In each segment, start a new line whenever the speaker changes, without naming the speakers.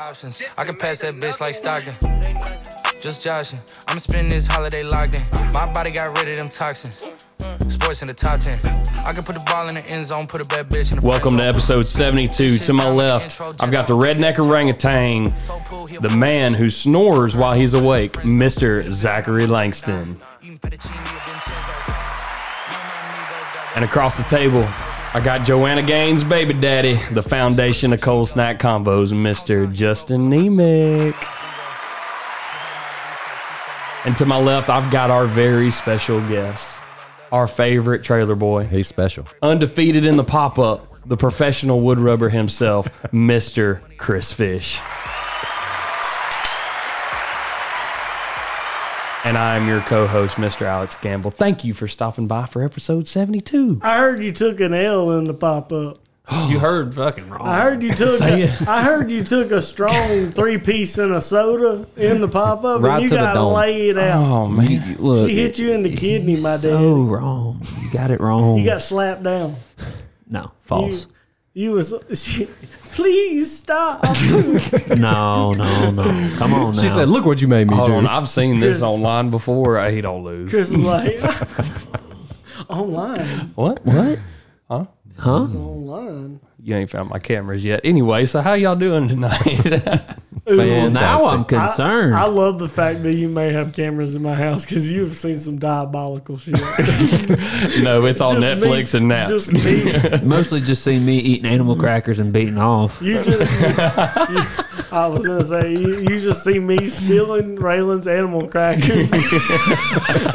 Options. I can pass that bitch like Stockton. Just joshing. I'm spending this holiday locked in. My body got rid of them toxins. Sports in the top 10. I can put the ball in the end zone, put a bad bitch in the
Welcome to episode 72. To my left, I've got the redneck orangutan, the man who snores while he's awake, Mr. Zachary Langston. And across the table, I got Joanna Gaines, baby daddy, the foundation of cold snack combos, Mr. Justin Nemec. And to my left, I've got our very special guest, our favorite trailer boy,
He's special.
undefeated in the pop up, the professional wood rubber himself, Mr. Chris Fish. And I'm your co host, Mr. Alex Gamble. Thank you for stopping by for episode 72.
I heard you took an L in the pop up.
You heard fucking wrong.
I heard you took.
Say
A,
it.
I heard you took a strong three piece in a soda in the pop up,
Right
and you
to the
got
dome.
laid out.
Oh, man.
You- look,
She hit you in the kidney, my
so
dad.
wrong. You got it wrong.
You got slapped down.
no,
You,
false.
you was. please stop.
no, no, no. Come on now.
she said, "Look what you made me
Hold
do."
on. I've seen this online before. I- He don't lose.
Chris is like online,
What? What?
online.
You ain't found my cameras yet. Anyway, so how y'all doing tonight?
well, now I'm
I-
concerned.
I, love the fact that you may have cameras in my house because you have seen some diabolical shit.
no, it's on
Just me-
Netflix and naps.
Just me
Mostly just seen me eating
Mm.
animal crackers and beating off.
You just, you- I was gonna say, you, you just see me stealing Raylan's animal crackers,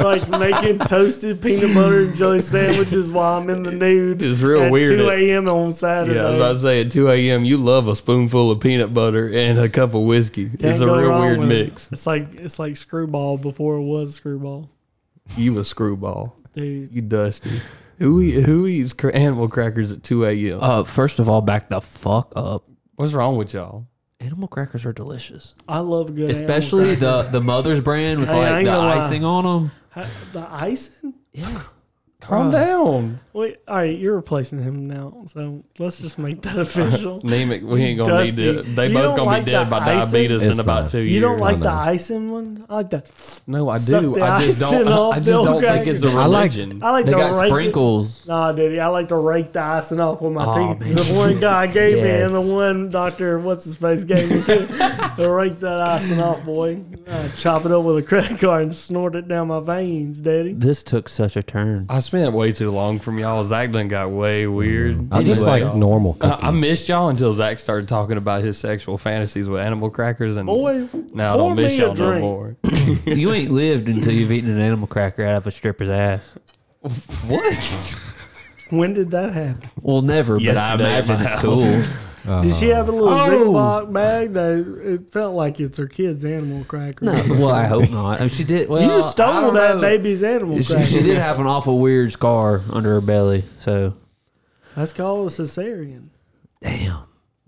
like making toasted peanut butter and jelly sandwiches while I'm in the nude.
It's real
at
weird.
Two a.m. on Saturday.
Yeah, I was about to say at 2 a.m. you love a spoonful of peanut butter and a cup of whiskey.
Can't
it's a
go
real
wrong
weird
with it.
mix.
It's like it's like screwball before it was screwball,
You a screwball.
dude.
You dusty. Who eat, who eats cr- animal crackers at 2 a.m.?
Uh, first of all, back the fuck up.
What's wrong with y'all?
Animal crackers are delicious,
I love good, animal
especially the the mother's brand with
Hey, I
like
ain't
the
gonna lie.
icing on them.
crackers. the icing.
Calm down.
Wait, all right, you're replacing him now, so let's just make that official.
Nemic, we ain't gonna need
Dusty.
to. They
You
both
don't
gonna
like
be dead
the
by
icing?
diabetes
It's
in about
fine.
two years.
You don't like the
know.
icing one? I like the.
No, I
Suck
do.
the
I just
icing
don't. I,
off
I just
them
don't think it's a
crackers. I like-
religion.
I like
They
the
got
rake-
sprinkles.
Nah, dude, I like to rake the icing off with my
Aw,
teeth.
man.
The one guy gave me, and
Yes.
the one doctor, what's his face, gave me too. to rake that icing off, boy. Uh, chop it up with a credit card and snort it down my veins, daddy.
This took such a turn.
I spent way too long from y'all. Zach done got way weird.
I just
Anyway,
like
y'all.
normal
I-
cookies.
I missed y'all until Zach started talking about his sexual fantasies with animal crackers, and
Boy,
now I
pour
don't miss
me a
y'all no
drink.
more.
you ain't lived until you've eaten an animal cracker out of a stripper's ass.
what?
When did that happen?
Well, never, but I
Yesterday at
imagine
my
it's
house.
cool.
Uh-huh.
Did she have a little
Oh.
Ziploc bag that it felt like it's her kid's animal cracker?
No, well, I hope not. Oh, she did. Well,
You
I
stole
don't
that
know.
baby's animal
She,
cracker.
she did have an awful weird scar under her belly. So,
That's called a cesarean.
damn.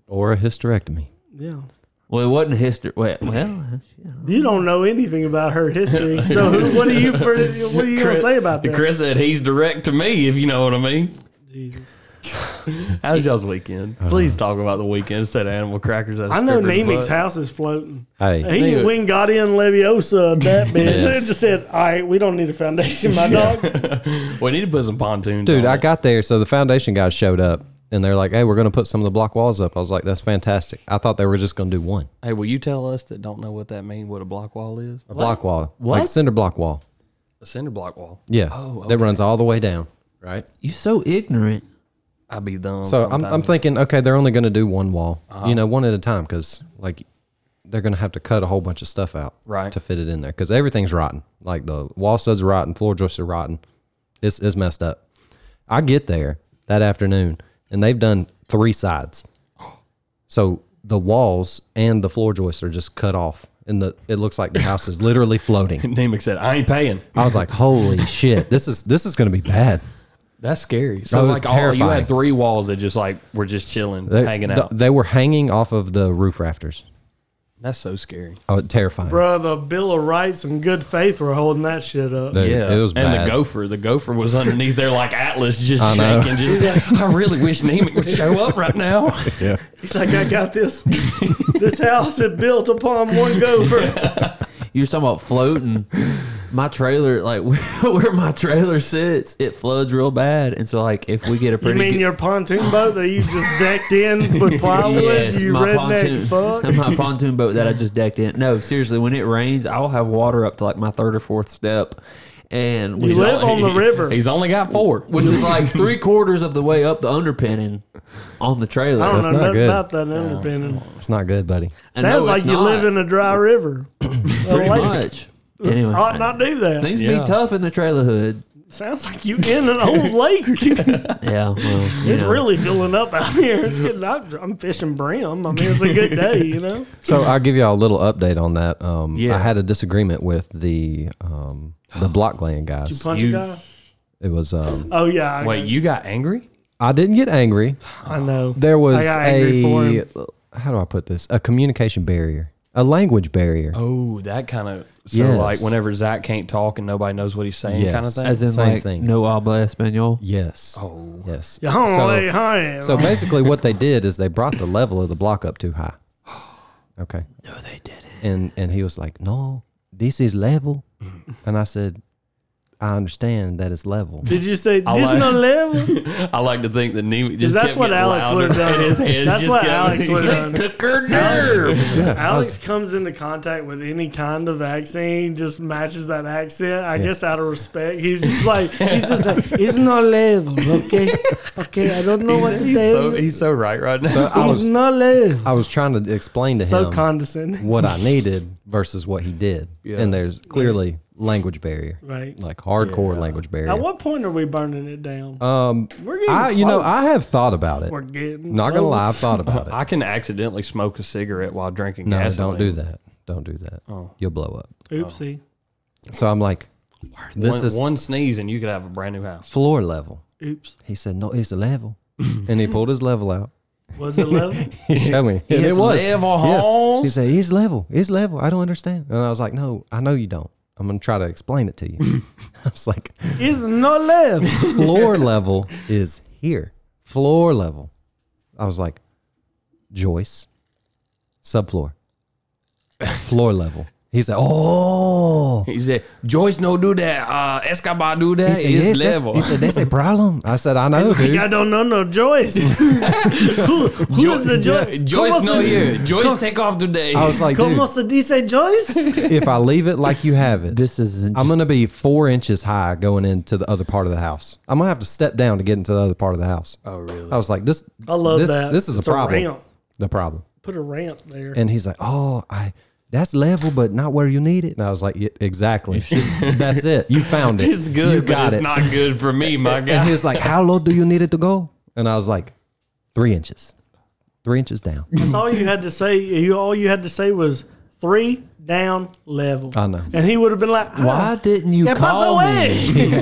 or a hysterectomy.
Yeah.
Well, it wasn't history. Well, well yeah.
You don't know anything about her history, so who- what are you for, what are you gonna say about that?
Chris said he's direct to me, if you know what I mean.
Jesus.
How's y'all's weekend?
Uh-huh.
Please talk about the weekend instead of animal crackers. at
I know
stripper's
Nemec's
butt.
house is floating.
Hey,
He
Dude.
went got in Leviosa that bitch.
Yes.
It just said, "All right, we don't need a foundation, my dog."
We need to put some pontoons.
dude,
on
I
it.
got there. So the foundation guys showed up, and they're like, "Hey, we're gonna put some of the block walls up." I was like, "That's fantastic." I thought they were just gonna do one
Hey, will you tell us that don't know what that mean? What a block wall is?
a block wall, like
What?
cinder block wall.
A cinder block wall.
Yeah, that runs all the way down. Right.
you so ignorant.
I'd be dumb.
So I'm, I'm
sometimes. Uh-huh.
thinking, okay, they're only gonna do one wall, you know, one at a time, because like they're gonna have to cut a whole bunch of stuff out,
Right.
to fit it in there, because everything's rotten. Like the wall studs are rotten, floor joists are rotten. It's it's messed up. I get there that afternoon, and they've done three sides, so the walls and the floor joists are just cut off, and the it looks like the house is literally floating.
Nemec said, I ain't paying.
I was like, holy shit, this is this is gonna be bad.
That's scary. So
was
like all, you
terrifying.
had three walls that just like were just chilling,
They-
hanging
th-
out.
They were hanging off of the roof rafters.
That's so scary.
Oh, terrifying.
Bro, the Bill of Rights and good faith were holding that shit up.
Dude, It was
and
bad.
the gopher. The gopher was underneath there like Atlas, just
I know.
shaking. Just, I really wish Nemec would show up right now.
He's like, I got this. this house is built upon one gopher.
You were talking about floating. My trailer, like where, where my trailer sits, it floods real bad. And so, like, if we get a
You
pretty
mean
good,
your pontoon boat that you just decked in with plywood? you redneck fuck.
my pontoon boat that I just decked in. No, seriously, when it rains, I'll have water up to like my third or fourth step, and which
You
is
live
like-
on the river.
He's only got four.
which is like three quarters of the way up the underpinning on the trailer.
I don't
That's
know
not
nothing
good.
about that underpinning.
It's not good, buddy.
I know
Sounds
it's
like you
not,
live in a dry river.
pretty
lake.
much. Anyway,
Ought not do that.
things
Yeah.
be tough in the trailer hood.
Sounds like you in an old lake. it's
Yeah, well, you know.
really filling up out here. It's getting. I'm, I'm fishing brim. I mean, it's a good day, you know.
So I'll give y'all a little update on that. Um,
Yeah.
I had a disagreement with the um, the block laying
You
guys.
punch
You-
a guy.
It was um,
Oh yeah. I,
Wait, you got angry?
I didn't get angry.
I know.
There was
I got angry for
a
him.
how do I put this? A communication barrier, a language barrier.
Oh, that kind of so
Yes.
like whenever Zach can't talk and nobody knows what he's saying,
Yes.
kind of thing.
as in
Same
like
thing.
no habla espanol.
Yes.
oh,
Yes.
Yeah, I don't
So-
lay high.
So basically, what they did is they brought the level of the block up too high. Okay.
No, they didn't.
And and he was like, "No, this is level,"
Mm.
and I said, "I understand that it's level."
Did you say
I
this
like-
no level?
I like to think that Nemi
Because
just
that's
kept
what
getting
Alex
louder
would have
and his
done.
hands
That's
just
what
kept-
Alex would have done.
Took her nerve.
Yeah, I
Alex
was-
comes into contact with any kind of vaccine, just matches that accent. I guess out of respect, he's just like he's just like it's not level, okay, okay. I don't know what to
he's, so,
tell you.
he's so right right now.
I
It's
was
not level.
I was trying to explain to
So
him
condescending,
what I needed versus what he did,
Yeah.
and there's clearly language barrier,
right?
like hardcore language barrier.
At what point are we burning it down?
um,
We're getting
I you know
close.
I have thought about it.
We're getting
Not gonna lie, I've
close.
thought about it.
I can accidentally smoke a cigarette while drinking
No,
gasoline.
don't do that. Don't do that.
Oh.
You'll blow up.
Oopsie.
So I'm like, this
one,
is
one sneeze and you could have a brand new house.
floor level.
Oops.
He said, no, it's a level. and he pulled his level out.
Was it level?
He showed me. And
It's
it was.
level
Yes. He
homes.
said, it's level. It's level. I don't understand. And I was like, no, I know you don't. I'm going to try to explain it to you. I was like,
it's not level.
floor level is here. Floor level. I was like, Joyce, subfloor, floor level. He said, oh.
He said, Joyce, no do that. Uh, Escobar do
He
that.
said,
It's
"Yes, that's-
level.
He said, that's a problem. I said, I know,
Like,
dude.
I don't know no Joyce. who who
Jo-
is the Joyce?
Jo- Joyce
¿Cómo
no
se-
here. Joyce take off today.
I was like,
¿Cómo
dude,
se dice Joyce?
if I leave it like you have it,
This is
I'm gonna be four inches high going into the other part of the house. I'm gonna have to step down to get into the other part of the house.
oh really?
I was like, this.
I love
this,
that.
This is
It's
a problem.
ramp.
the problem.
Put a ramp there.
And he's like, oh, I. That's level, but not where you need it. And I was like, yeah, exactly. That's it. You found it.
It's good,
You
but
got
it's
it.
not good for me, my
and he
guy.
was like, how low do you need it to go? And I was like, three inches. Three inches down.
That's all you had to say. You all you had to say was three down level.
I know.
And he would have been like, ah,
Why didn't you
¿Qué
call
pasó,
me?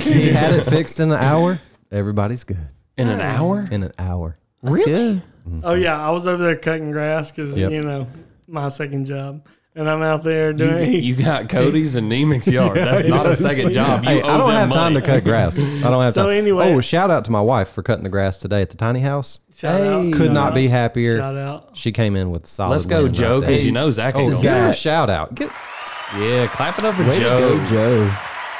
güey?
he had it fixed in an hour. Everybody's good.
In an hour?
In an hour.
Really?
Oh yeah, I was over there cutting grass because
Yep.
you know my second job, and I'm out there
You,
doing.
you got Cody's and Nemec's yard. That's not a second job. You
Hey,
owe
I don't
them
have time to
money.
cut grass. I don't have
So
time.
anyway-
oh, shout out to my wife for cutting the grass today at the tiny house.
shout out,
Could
shout
not
out,
be happier.
Shout out.
She came in with solid.
Let's go,
win right
Joe,
there.
because you know Zach ain't
Oh,
gonna
give her a
win.
shout out. Get,
Yeah, clap it up for
Way
Joe.
to go, Joe.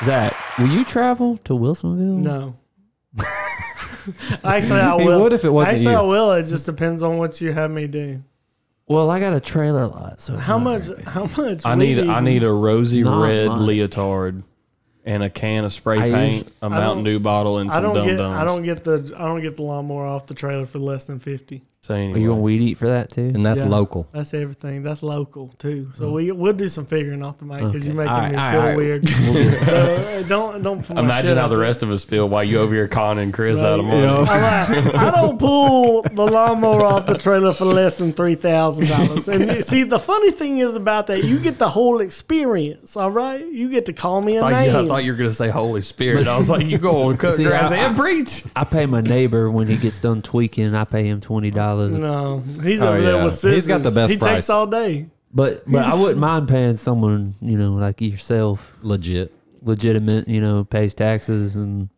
Zach, will you travel to Wilsonville?
No. Actually, I
Mm. He
will.
would if it wasn't
Actually,
you.
I will. It just depends on what you have me do.
Well, I got a trailer lot. So
How much? How much?
I need I need a rosy
Not
red
much.
leotard and a can of spray
I
paint, a Mountain
don't-
Dew bottle, and
I
some
don't
dum
get. I don't
dums.
get the. I don't get the lawnmower off the trailer for less than fifty.
So
Are you gonna
anyway,
weed eat for that too?
and that's
Yeah.
local.
That's everything. That's local too.
Mm.
So we we'll do some figuring off the mic because
Okay.
you're making
All right,
me
all
feel
right, all right.
weird. Uh, don't don't. Pull my shit
imagine how
out
the
there.
rest of us feel while you over here conning Chris out of money.
I'm like, I don't pull the lawnmower off the trailer for less than three thousand dollars. And you see, the funny thing is about that, you get the whole experience. All right, you get to call me a
I, thought you, I
name.
thought you were gonna say Holy Spirit. I was like, you go on cut
See,
grass
I-
and
I-
preach.
I pay my neighbor when he gets done tweaking. I pay him twenty dollars.
no, he's
Oh,
over there
yeah.
with scissors.
He's got the best
He
price.
takes all day.
But but I wouldn't mind paying someone, you know, like yourself,
Legit.
legitimate, you know, pays taxes and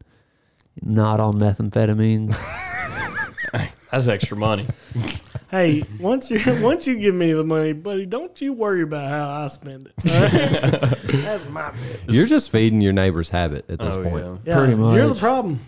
not on methamphetamines.
That's extra money.
Hey, once you once you give me the money, buddy, don't you worry about how I spend it. all right? That's my bit.
You're just feeding your neighbor's habit at this
Oh,
point.
yeah.
Yeah,
Pretty
You're the
much.
problem.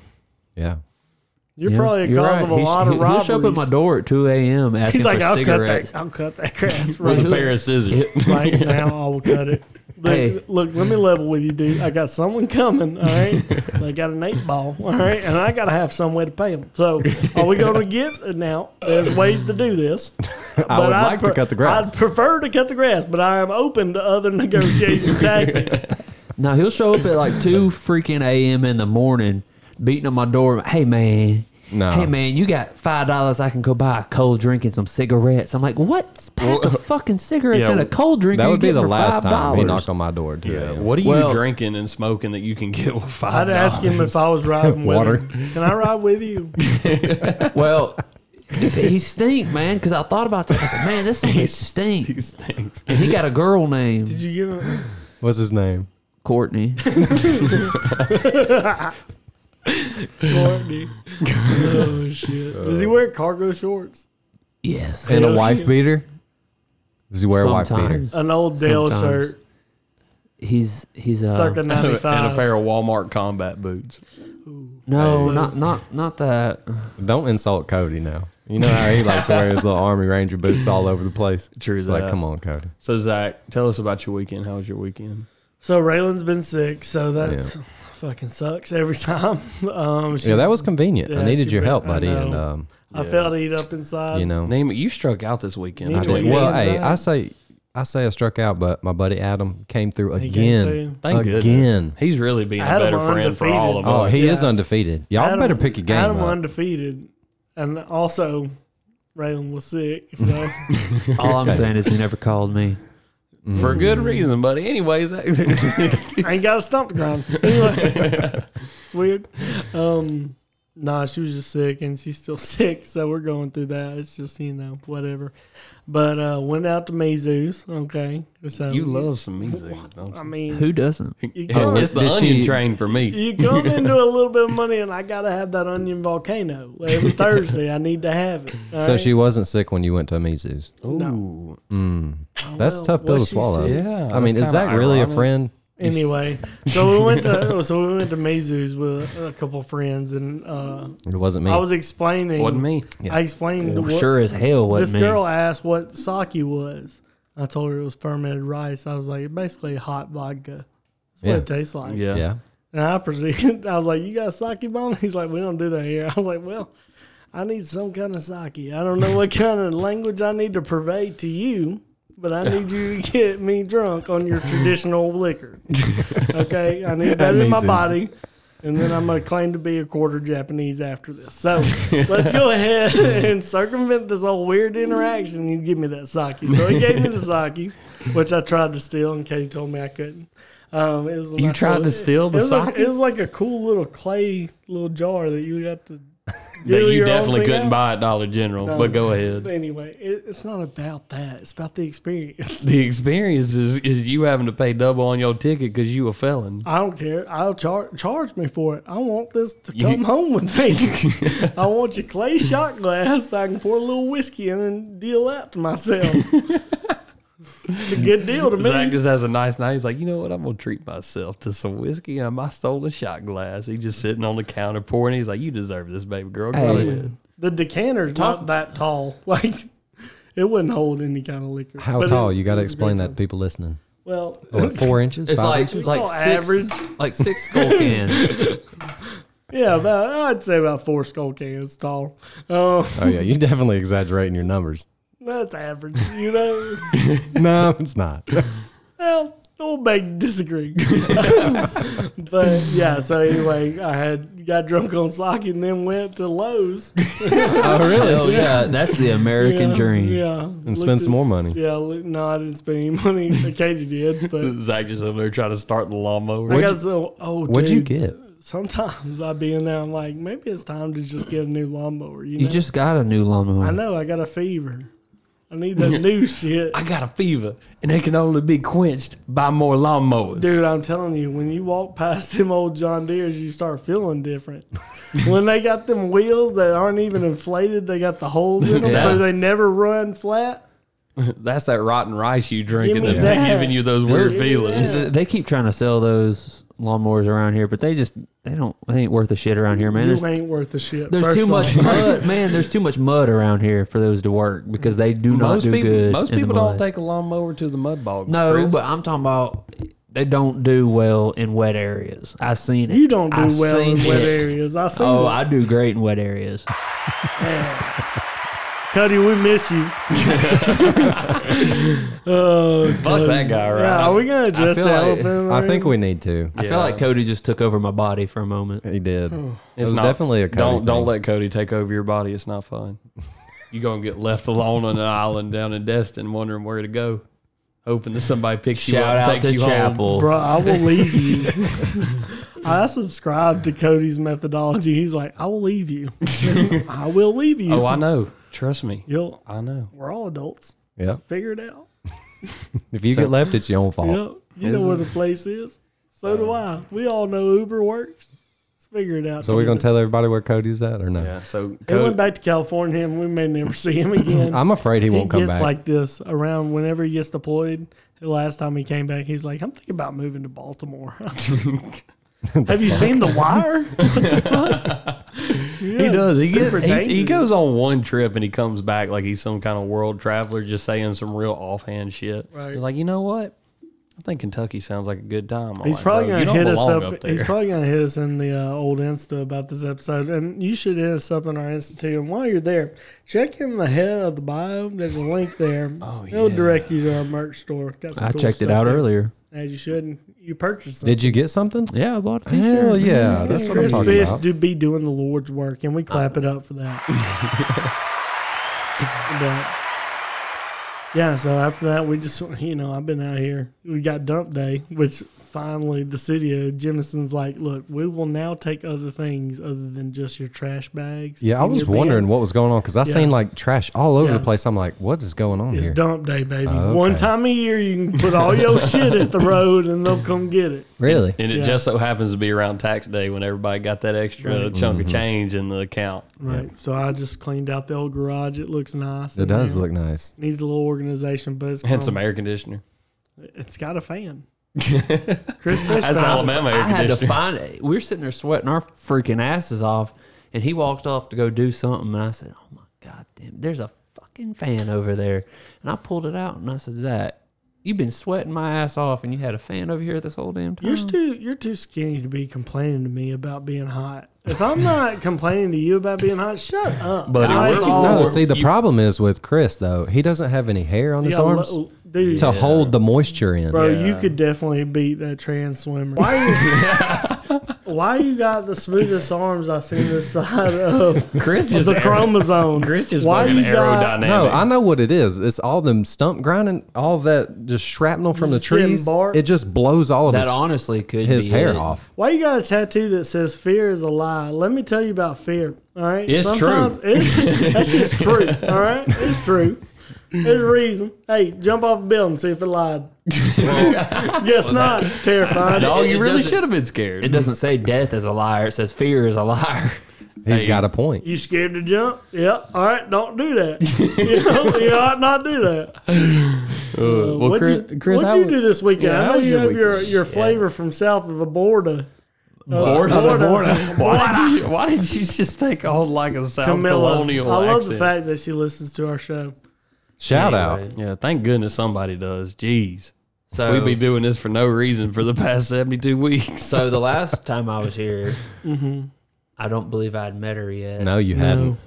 Yeah.
You're
Yeah,
probably a cause
right.
of a
He sh-
lot
he-
of robberies.
He'll show up at my door at 2 a.m. asking
He's like,
for
I'll
cigarettes.
cut that. I'll cut that grass
With
right,
a pair of scissors.
right now. I will cut it. Look,
Hey.
look, let me level with you, dude. I got someone coming. All right, they got an eight ball. All right, and I gotta have some way to pay them. So, are we gonna get now? There's ways to do this.
I would like to cut the grass.
I prefer to cut the grass, but I am open to other negotiation tactics.
No, he'll show up at like two freaking a.m. in the morning, beating on my door. Hey man,
No.
hey man, you got five dollars? I can go buy a cold drink and some cigarettes. I'm like, what pack of fucking cigarettes
Yeah,
and a cold drink?
That
you
would be
get
the
for
last time he
$5?
knocked on my door. Too.
What are you
Well-
drinking and smoking that you can get with five
I'd ask him if I was riding with
Water.
him. Can I ride with you?
Well, he stink, man. Because I thought about that. I said, man, this thing stink.
these things?
And he got a girl named
Did you give him?
What's his name?
Courtney.
Courtney. oh shit! Does he wear cargo shorts?
Yes.
And a
Yeah.
wife beater? Does he wear a wife beater?
Sometimes
An old Dell
Sometimes.
shirt,
he's he's uh,
circa
and
ninety
a
five.
pair of Walmart combat boots.
no, not not not that.
Don't insult Cody now. You know how he likes to wear his little Army Ranger boots all over the place.
True
He's like,
that.
come on, Cody.
So Zach, tell us about your weekend. How was your weekend?
So Raylan's been sick, so that's fucking sucks every time. Um, she,
Yeah, that was convenient.
Yeah,
I needed
she
your
been-
help,
I
buddy. And,
know.
um,
I felt eat up inside.
you know,
Name it. You struck out this weekend.
Me
I
too.
did.
Yeah,
Oh. Well, hey,
exactly.
I say, I say I struck out, but my buddy Adam came through
He
again.
came through.
Thank goodness.
again.
He's really being a
Adam
better friend for all of
Oh,
us.
he
Yeah.
is undefeated. Y'all
Adam-
better pick a game.
Adam
up.
undefeated, and also Raylan was sick. So
All I'm saying is he never called me.
Mm-hmm.
for good reason, buddy. Anyways,
I ain't got a stump to grind. Anyway, it's weird. Um, nah, she was just sick, and she's still sick, so we're going through that. It's just you know whatever. But uh, went out to Mizu's. Okay, so
you love some music. don't you?
I mean,
Who doesn't?
you
Oh,
come,
it's the
Did
onion
she-
train for me.
you come into a little bit of money, and I gotta have that onion volcano every Thursday. I need to have it. all
So
right?
she wasn't sick when you went to Amizu's.
Ooh,
That's a
Well,
tough pill
was
to
she
swallow.
sick?
yeah.
I mean,
that's
is that
kinda
really a
ironic.
friend?
Anyway, so we went to so we went to Mizu's with a couple friends, and uh,
It wasn't me.
I was explaining.
Wasn't me.
I explained
Well,
what,
sure as hell
this
wasn't me.
girl asked what sake was. I told her it was fermented rice. I was like, basically hot vodka. That's what
Yeah.
it tastes like.
Yeah.
yeah.
And I proceeded. I was like, you got sake bomb? He's like, we don't do that here. I was like, well, I need some kind of sake. I don't know what kind of language I need to purvey to you, but I need you to get me drunk on your traditional liquor. Okay, I need that in my
Amazing.
body. And then I'm gonna claim to be a quarter Japanese after this. So let's go ahead and circumvent this whole weird interaction. You give me that sake. So he gave me the sake, which I tried to steal, and Katie told me I couldn't. Um, it was a
You
nice
tried
little-
to steal the
it was a-
sake?
it was like a cool little clay little jar that you got to.
That
do
you
your own
definitely
thing
couldn't
out.
buy at Dollar General.
No.
But go ahead.
But anyway, it, it's not about that. It's about the experience.
The experience is, is you having to pay double on your ticket because you a felon.
I don't care. I'll char- charge me for it. I want this to
You-
come home with me. I want your clay shot glass that I can pour a little whiskey in and deal out to myself. it's a good deal to me.
Zach just has a nice night. He's like, you know what? I'm gonna treat myself to some whiskey and my stolen shot glass. He's just sitting on the counter pouring. He's like, you deserve this, baby girl. Go
Hey.
ahead.
the decanter's not that tall. Like it wouldn't hold any kind of liquor.
How
But it-
tall? you got to
it was a
explain
good
that to
time.
people listening.
Well,
What, four inches?
It's
Five
like
inches?
like
all
six,
average.
like six skull cans.
Yeah, about I'd say about four skull cans tall. Um,
Oh yeah, you're definitely exaggerating your numbers.
that's average, you know.
no, it's not.
well, we'll make disagree. but yeah, so anyway, I had got drunk on sake and then went to Lowe's.
oh really? Oh yeah, that's the American
yeah,
dream.
Yeah,
And spend some more money.
Yeah, look, no, I didn't spend any money. Katie did, but
Zach just over there trying to start the
I
lawnmower.
got so oh.
What'd you
dude,
get?
Sometimes I be in there. I'm like, maybe it's time to just get a new lawnmower. You,
You
know?
just got a new lawnmower.
I know I got a fever. I need that new shit.
I got a fever, and it can only be quenched by more lawnmowers.
Dude, I'm telling you, when you walk past them old John Deere's, you start feeling different. when they got them wheels that aren't even inflated, they got the holes in them,
Yeah.
so they never run flat.
That's that rotten rice you drinking
Give
that
me
they
that.
giving you those weird
Give me
feelings.
that.
Th- They keep trying to sell those lawnmowers around here, but they just they don't they ain't worth a shit around here, man.
you
There's,
ain't worth the shit.
there's
first
too
of
much
all.
mud, man. There's too much mud around here for those to work because they do not
most
do
people,
good.
most
in the
people don't
mud.
take a lawnmower to the mud bogs.
No,
Chris.
but I'm talking about they don't do well in wet areas. I seen it.
You don't do
I
well in
seen
wet
it.
areas. I see
Oh,
oh,
I do great in wet areas.
Cody, we miss you. oh,
fuck that guy, right?
yeah, are we gonna address the
feel like-
elephant? in the
I think
room?
we need to.
I feel like Cody just took over my body for a moment.
He did.
Hmm.
it
It's
was
not-
definitely a Cody
don't
thing.
don't let Cody take over your body. It's not fun. you gonna get left alone on an island down in Destin, wondering where to go, hoping that somebody picks you up,
Shout
and
out
takes
to
you home.
Chapel.
Bro, I will leave you. I subscribe to Cody's methodology. He's like, I will leave you. I will leave you.
Oh, I know. Trust me,
Yo,
I know.
we're all adults.
Yeah.
Figure it out.
If you get left, it's your own fault.
Yep. You know
Is
where
it?
the place is. So do I. We all know Uber works. Let's figure it out.
So we're gonna
together.
tell everybody where Cody's at or no?
Yeah. So
He went
Cody,
back to California and we may never see him again.
I'm afraid he
he
won't come
gets
back.
like this around whenever he gets deployed. The last time he came back, he's like, I'm thinking about moving to Baltimore. Have you seen The Wire? What the fuck?
he does. He,
super
gets, he, he
dangerous.
goes on one trip and he comes back like he's some kind of world traveler, just saying some real offhand shit.
Right.
You're like, you know what? I think Kentucky sounds like a good time. I'm
He's
like,
probably
"Bro, you
gonna
don't
hit us
belong
up.
there.
he's probably gonna hit us in the uh, old Insta about this episode, and you should hit us up in our Insta too. And while you're there, check in the head of the bio. There's a link there.
Oh,
It'll
yeah.
direct you to our merch store. Got some
I
cool
checked it
stuff
out
there.
earlier.
As you should. and You purchased them.
Did you get something?
Yeah, I bought a t-shirt.
Hell yeah,
Chris
that's what I'm talking
Fish
about.
do be doing the Lord's work, and we clap it up for that. But, yeah, so after that, we just, you know, I've been out here. We got dump day, which finally the city of Jimson's like, look, we will now take other things other than just your trash bags.
Yeah, I
and
was
your bin."
wondering what was going on because I
Yeah.
seen like trash all over
Yeah.
the place. I'm like, what is going on
It's
here?
dump day, baby.
Oh,
One
okay.
time a year, you can put all your shit at the road and they'll come get it.
Really?
And it
Yeah.
just so happens to be around tax day when everybody got that extra
Right.
chunk
Mm-hmm.
of change in the account.
Right. So I just cleaned out the old garage. It looks nice.
It
in
does
there.
look nice.
Needs a little organization, but it's
And some
gonna-
air conditioner.
It's got a fan. Chris Fish
That's
found-
Alabama air
I had to
conditioner.
find it. We were sitting there sweating our freaking asses off, and he walked off to go do something, and I said, "Oh my god, damn! There's a fucking fan over there." And I pulled it out, and I said, "Zach, you've been sweating my ass off, and you had a fan over here this whole damn time."
You're too you're too skinny to be complaining to me about being hot. If I'm not complaining to you about being hot, shut up.
Buddy,
I
we're-
saw-
No,
Or
see, the
you-
problem is with Chris though. He doesn't have any hair on his
Yeah,
arms
lo- dude,
to hold the moisture in.
bro, you
Yeah.
could definitely beat that trans swimmer. Why? You, why you got the smoothest arms I seen this side of
Chris just
the chromosome?
Chris just
why
fucking
you got-
aerodynamic.
No, I know what it is. It's all them stump grinding, all that just shrapnel from the
Just getting
trees.
bark.
It just blows all of
that
his,
honestly could
his
be
hair
it.
off.
Why you got a tattoo that says fear is a lie? Let me tell you about fear. All right.
It's true.
It's, that shit's true. All right. It's true. There's a reason. Hey, jump off a building, see if it lied. Guess not. Terrifying.
No,
It-
you
it
really
doesn't-
should have been
It
scared.
doesn't say death is a liar; it says fear is a liar.
He's got a point.
You scared to jump? Yep. All right. Don't do that. you, know, you ought not do that. Uh,
well,
what'd
Chris-
you,
Chris,
what'd
how
you
was-
do this weekend?
Yeah,
I
how
know
was
you
your
have your,
weekend?
your flavor from south of the border. Uh,
Border?
Border.
Why did, you, why did you just take on like a South
Camilla.
Colonial
I love the
accent?
fact that she listens to our show.
Shout out.
Yeah, thank goodness somebody does. Jeez.
So
We've been doing this for no reason for the past 72 weeks.
So the last time I was here,
Mm-hmm.
I don't believe I'd met her yet.
No, you hadn't.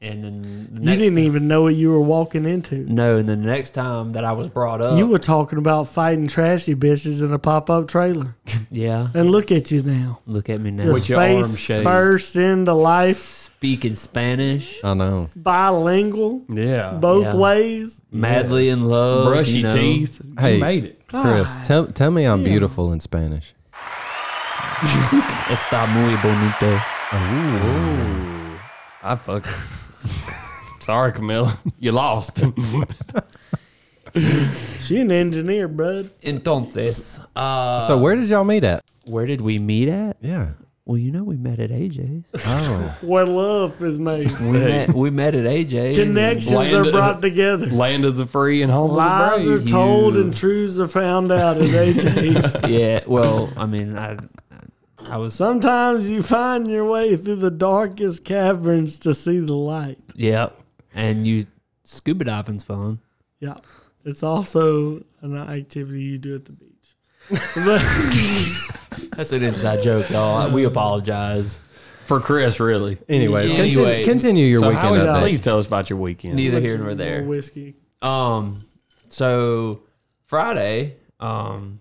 And then the
You
next
didn't even know what you were walking into.
no, and the next time that I was brought up,
You were talking about fighting trashy bitches in a pop up trailer.
yeah.
And look at you now.
Look at me now.
Just
With your
face
arm shaved.
first into life,
speaking Spanish,
I know.
bilingual,
Yeah.
both
yeah.
ways.
madly in love,
Brushy
you know.
teeth.
Hey.
You made it.
Chris,
God.
tell, tell me I'm beautiful in Spanish.
Está muy bonito.
I fuck. Sorry, Camilla. You lost.
She an engineer, bud.
Entonces, uh,
So where did y'all meet at?
where did we meet at?
Yeah.
Well, you know we met at AJ's.
Oh.
Where love is made.
We met, we met at AJ's. and
Connections
Land-
are brought together.
Land of the free and home of
Lies
the
are
brave.
told
you.
and truths are found out at AJ's.
yeah. Well, I mean, I, I was.
Sometimes you find your way through the darkest caverns to see the light.
Yep. And you scuba diving's fun.
Yeah. It's also an activity you do at the beach. But-
That's an inside joke, y'all. We apologize.
for Chris, really.
Anyways, conti-
Anyway,
continue your
So how
weekend
was,
update.
please tell us about your weekend.
Neither
Put
here
some
nor there.
more Whiskey.
Um, so Friday, um,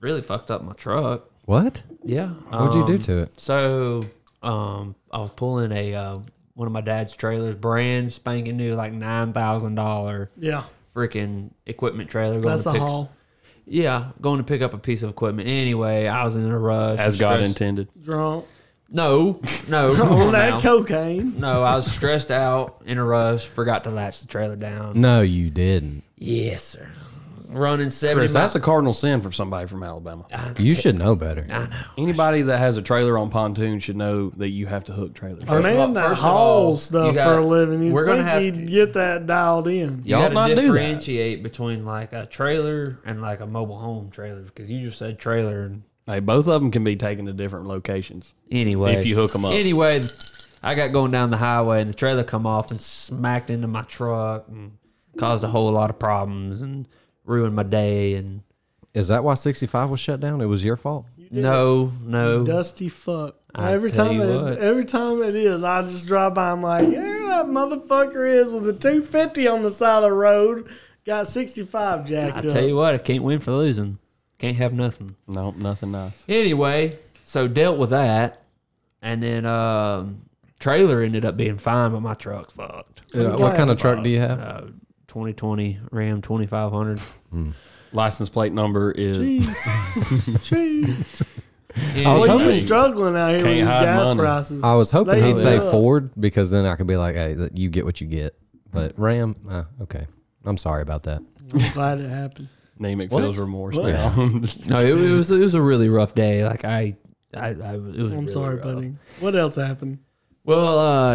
really fucked up my truck.
What?
Yeah.
What'd you do
um,
to it?
So, um, I was pulling a uh, one of my dad's trailers, brand spanking new, like nine thousand dollar
Yeah.
freaking equipment trailer. Going
That's
to
a
pick,
haul.
Yeah, going to pick up a piece of equipment. Anyway, I was in a rush.
As God
stressed-
intended.
Drunk.
No, no, come
On
on now.
that cocaine.
no, I was stressed out in a rush. Forgot to latch the trailer down.
No, you didn't.
Yes, sir. Running seventy.
Chris, that's
miles.
a cardinal sin for somebody from Alabama.
You should know better.
I know.
Anybody that has a trailer on pontoon should know that you have to hook trailers.
Oh.
First of all-
Man, that
first of all,
haul
you
stuff
got-
for a living. You
we're gonna
think
have
you'd
to-
get that dialed in.
You
Y'all
got
might
to
do that.
differentiate between like a trailer and like a mobile home trailer because you just said trailer. And
Hey, both of them can be taken to different locations
anyway,
if you hook them up.
Anyway, I got going down the highway and the trailer come off and smacked into my truck and
Mm.
caused a whole lot of problems and ruined my day. And
Is that why 65 was shut down? It was your fault?
no, no,
Dusty fuck.
I
every
tell
time
you
it,
what.
every time it is, I just drive by. I'm like, there that motherfucker is with a 250 on the side of the road. Got 65 jacked
I
up.
tell you what, I can't win for losing. Can't have nothing.
No, nothing nice.
Anyway, so dealt with that, and then um, trailer ended up being fine, but my truck's fucked.
Uh, what kind of truck do you have?
Uh, 2020 Ram 2500.
License plate number is
Yeah,
was
well,
hoping-
you're struggling out here with
Can't
these
hide
gas
money.
prices.
I was hoping
They
he'd say
suck.
Ford because then I could be like, hey, that- you get what you get. But Ram, uh, okay. I'm sorry about that.
I'm glad it happened.
name it
What?
feels remorse.
What?
Now.
no, it, it was it was a really rough day. Like I, I, I it was.
I'm
really
sorry,
rough.
buddy. What else happened?
Well, uh,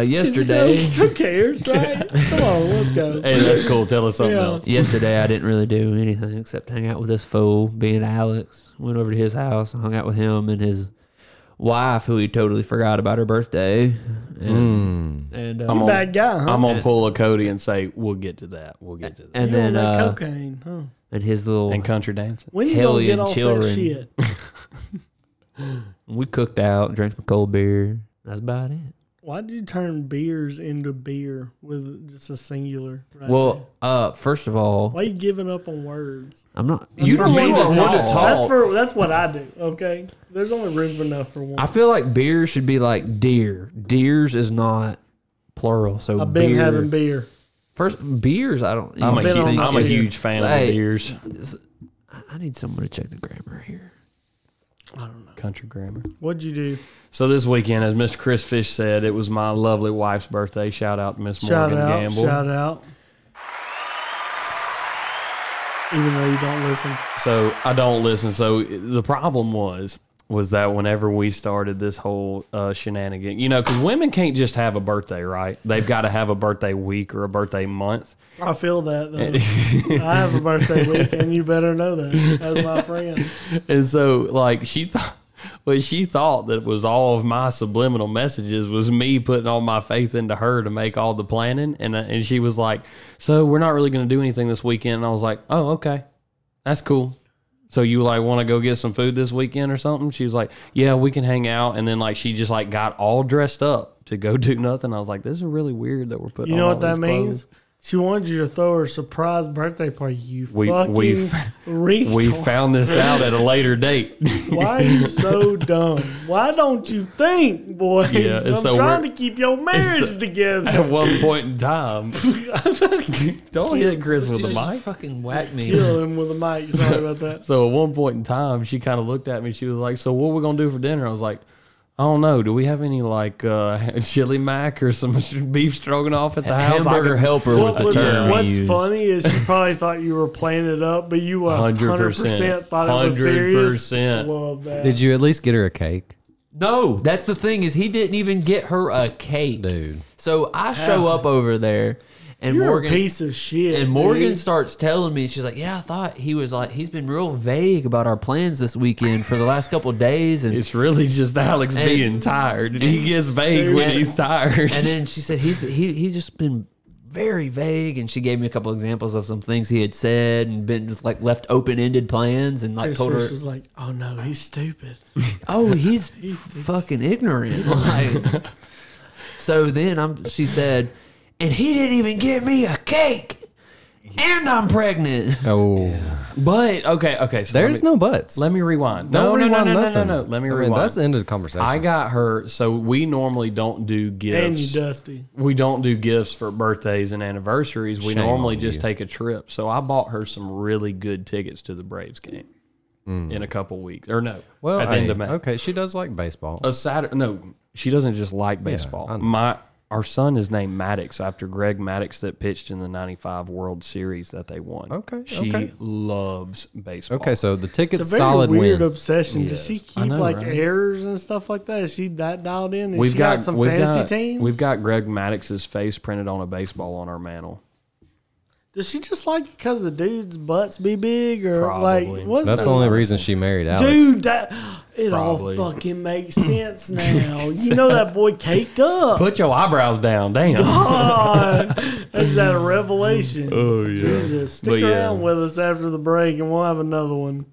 yesterday,
Who cares, right? Come on, let's go.
hey, that's cool. Tell us something
Yeah.
else.
yesterday I didn't really do anything except hang out with this fool, being Alex. Went over to his house, and hung out with him and his wife, who he totally forgot about her birthday.
Mm.
And, and uh,
Mm. I'm on-
Bad guy, huh?
I'm gonna pull a Cody and say we'll get to that. We'll get to that.
and
You on
then
that
uh,
cocaine, huh?
and his little
And country dancing.
When you gonna
Hellion
get off
children.
that shit?
we cooked out, drank some cold beer. That's about it.
Why did you turn beers into beer with just a singular? Right there?
Well, uh, first of all,
why you giving up on words?
I'm not.
You don't
me
want
to
one to
talk.
That's
talk.
for that's what I do. Okay, there's only room enough for one.
I feel like beer should be like deer. Deers is not plural, so
I've been
beer.
having beer.
First beers, I don't.
I'm a,
even
been on
huge,
think
I'm a
is-
beer.
huge fan
Hey.
of the beers.
I need someone to check the grammar here.
Country grammar.
What'd you do?
So this weekend, as Mr. Chris Fish said, it was my lovely wife's birthday. Shout out to Miss
Shout
Morgan
out!
Gamble.
Shout out! Even though you don't listen,
So I don't listen. So the problem was was that whenever we started this whole uh, shenanigan, you know, because women can't just have a birthday, right? They've got to have a birthday week or a birthday month.
I feel that though. I have a birthday week, and you better know that as my friend.
And so, like, she thought. What she thought that was all of my subliminal messages was me putting all my faith into her to make all the planning, and uh, and she was like, "So we're not really going to do anything this weekend." And I was like, "Oh, okay, that's cool." So you like want to go get some food this weekend or something? She was like, "Yeah, we can hang out." And then like she just like got all dressed up to go do nothing. I was like, "This is really weird that we're putting."
You know
on
what
all
that
these clothes."
means? She wanted you to throw her a surprise birthday party. You
We-
fucking
we
we,
f- We found this out at a later date.
Why are you so dumb? Why don't you think, boy?
Yeah, and
I'm
so
trying
we're-
to keep your marriage
at
together.
one point in time. Don't hit Chris with the mic.
fucking whack me.
Kill him with a mic. Sorry about that.
So at one point in time, she kind of looked at me. She was like, "So what we gonna do for dinner?" I was like, I don't know. Do we have any like uh, chili mac or some beef stroganoff at the house? I
Hamburger
could-
helper was
What
the
was
term
what's
he used.
funny is she probably thought you were playing it up, but you 100 percent
100%.
thought it was serious.
100%.
Love that.
Did you at least get her a cake?
No, that's the thing is he didn't even get her a cake,
Dude.
So I show up over there, and
You're
Morgan
a piece of shit.
and Morgan
dude.
starts telling me she's like, "Yeah, I thought he was like he's been real vague about our plans this weekend for the last couple of days." And
It's really just Alex
And-
being tired. he gets vague when
and-
he's tired.
and then she said he's he he just been very vague, and she gave me a couple examples of some things he had said and been just like left open ended plans, and like
His
told her,
first was like, "Oh no, he's stupid."
"Oh, he's fucking ignorant." Like, so then I'm she said, and he didn't even give me a cake. And I'm pregnant.
Oh,
but okay, okay. So
there's
let me,
no buts.
Let me rewind.
Don't
no,
rewind
no, no, no,
nothing.
no, no. Let me
I mean,
rewind.
that's the end of the conversation.
I got her. So we normally don't do gifts.
And you dusty.
we don't do gifts for birthdays and anniversaries. We
Shame
normally
on
just
you.
take a trip. So I bought her some really good tickets to the Braves game in a couple weeks, or no,
Mm. well,
at the end of May.
hey, okay, she does like baseball.
A Saturday, no, she doesn't just like baseball.
I know.
My our son is named Maddox after Greg Maddox that pitched in the '95 World Series that they won.
Okay,
she
okay.
loves baseball.
okay, so the
It's
ticket's
a very
solid
weird
win.
obsession. Does she
Yes.
keep
I know,
like
right?
errors and stuff like that? Is she that dialed in? Is
we've
she
got,
got, some
we've
fantasy
got,
teams.
We've got Greg Maddox's face printed on a baseball on our mantle.
Does she just like it because the dude's butts be big or
Probably.
like what's
That's
that?
the only reason she married Alex.
Dude, that it
Probably.
all fucking makes sense now. You know that boy caked up.
Put your eyebrows down, damn.
God, that's that revelation.
oh yeah.
Jesus,
But
stick
yeah.
around with us after the break, and we'll have another one.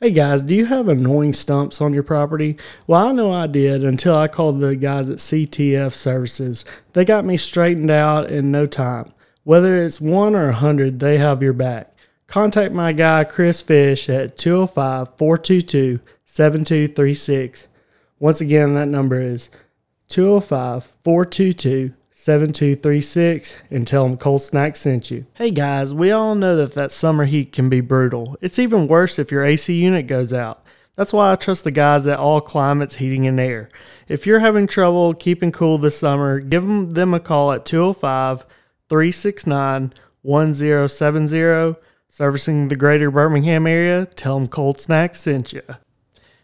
Hey guys, do you have annoying stumps on your property? Well, I know I did until I called the guys at CTF Services. They got me straightened out in no time. Whether it's one or a hundred, they have your back. Contact my guy Chris Fish at 205 422 7236. Once again, that number is 205 422 7236 and tell them Cold Snack sent you. Hey guys, we all know that that summer heat can be brutal. It's even worse if your AC unit goes out. That's why I trust the guys at All Climates Heating and Air. If you're having trouble keeping cool this summer, give 'em- them a call at 205 369 1070. Servicing the greater Birmingham area, tell them Cold Snack sent you.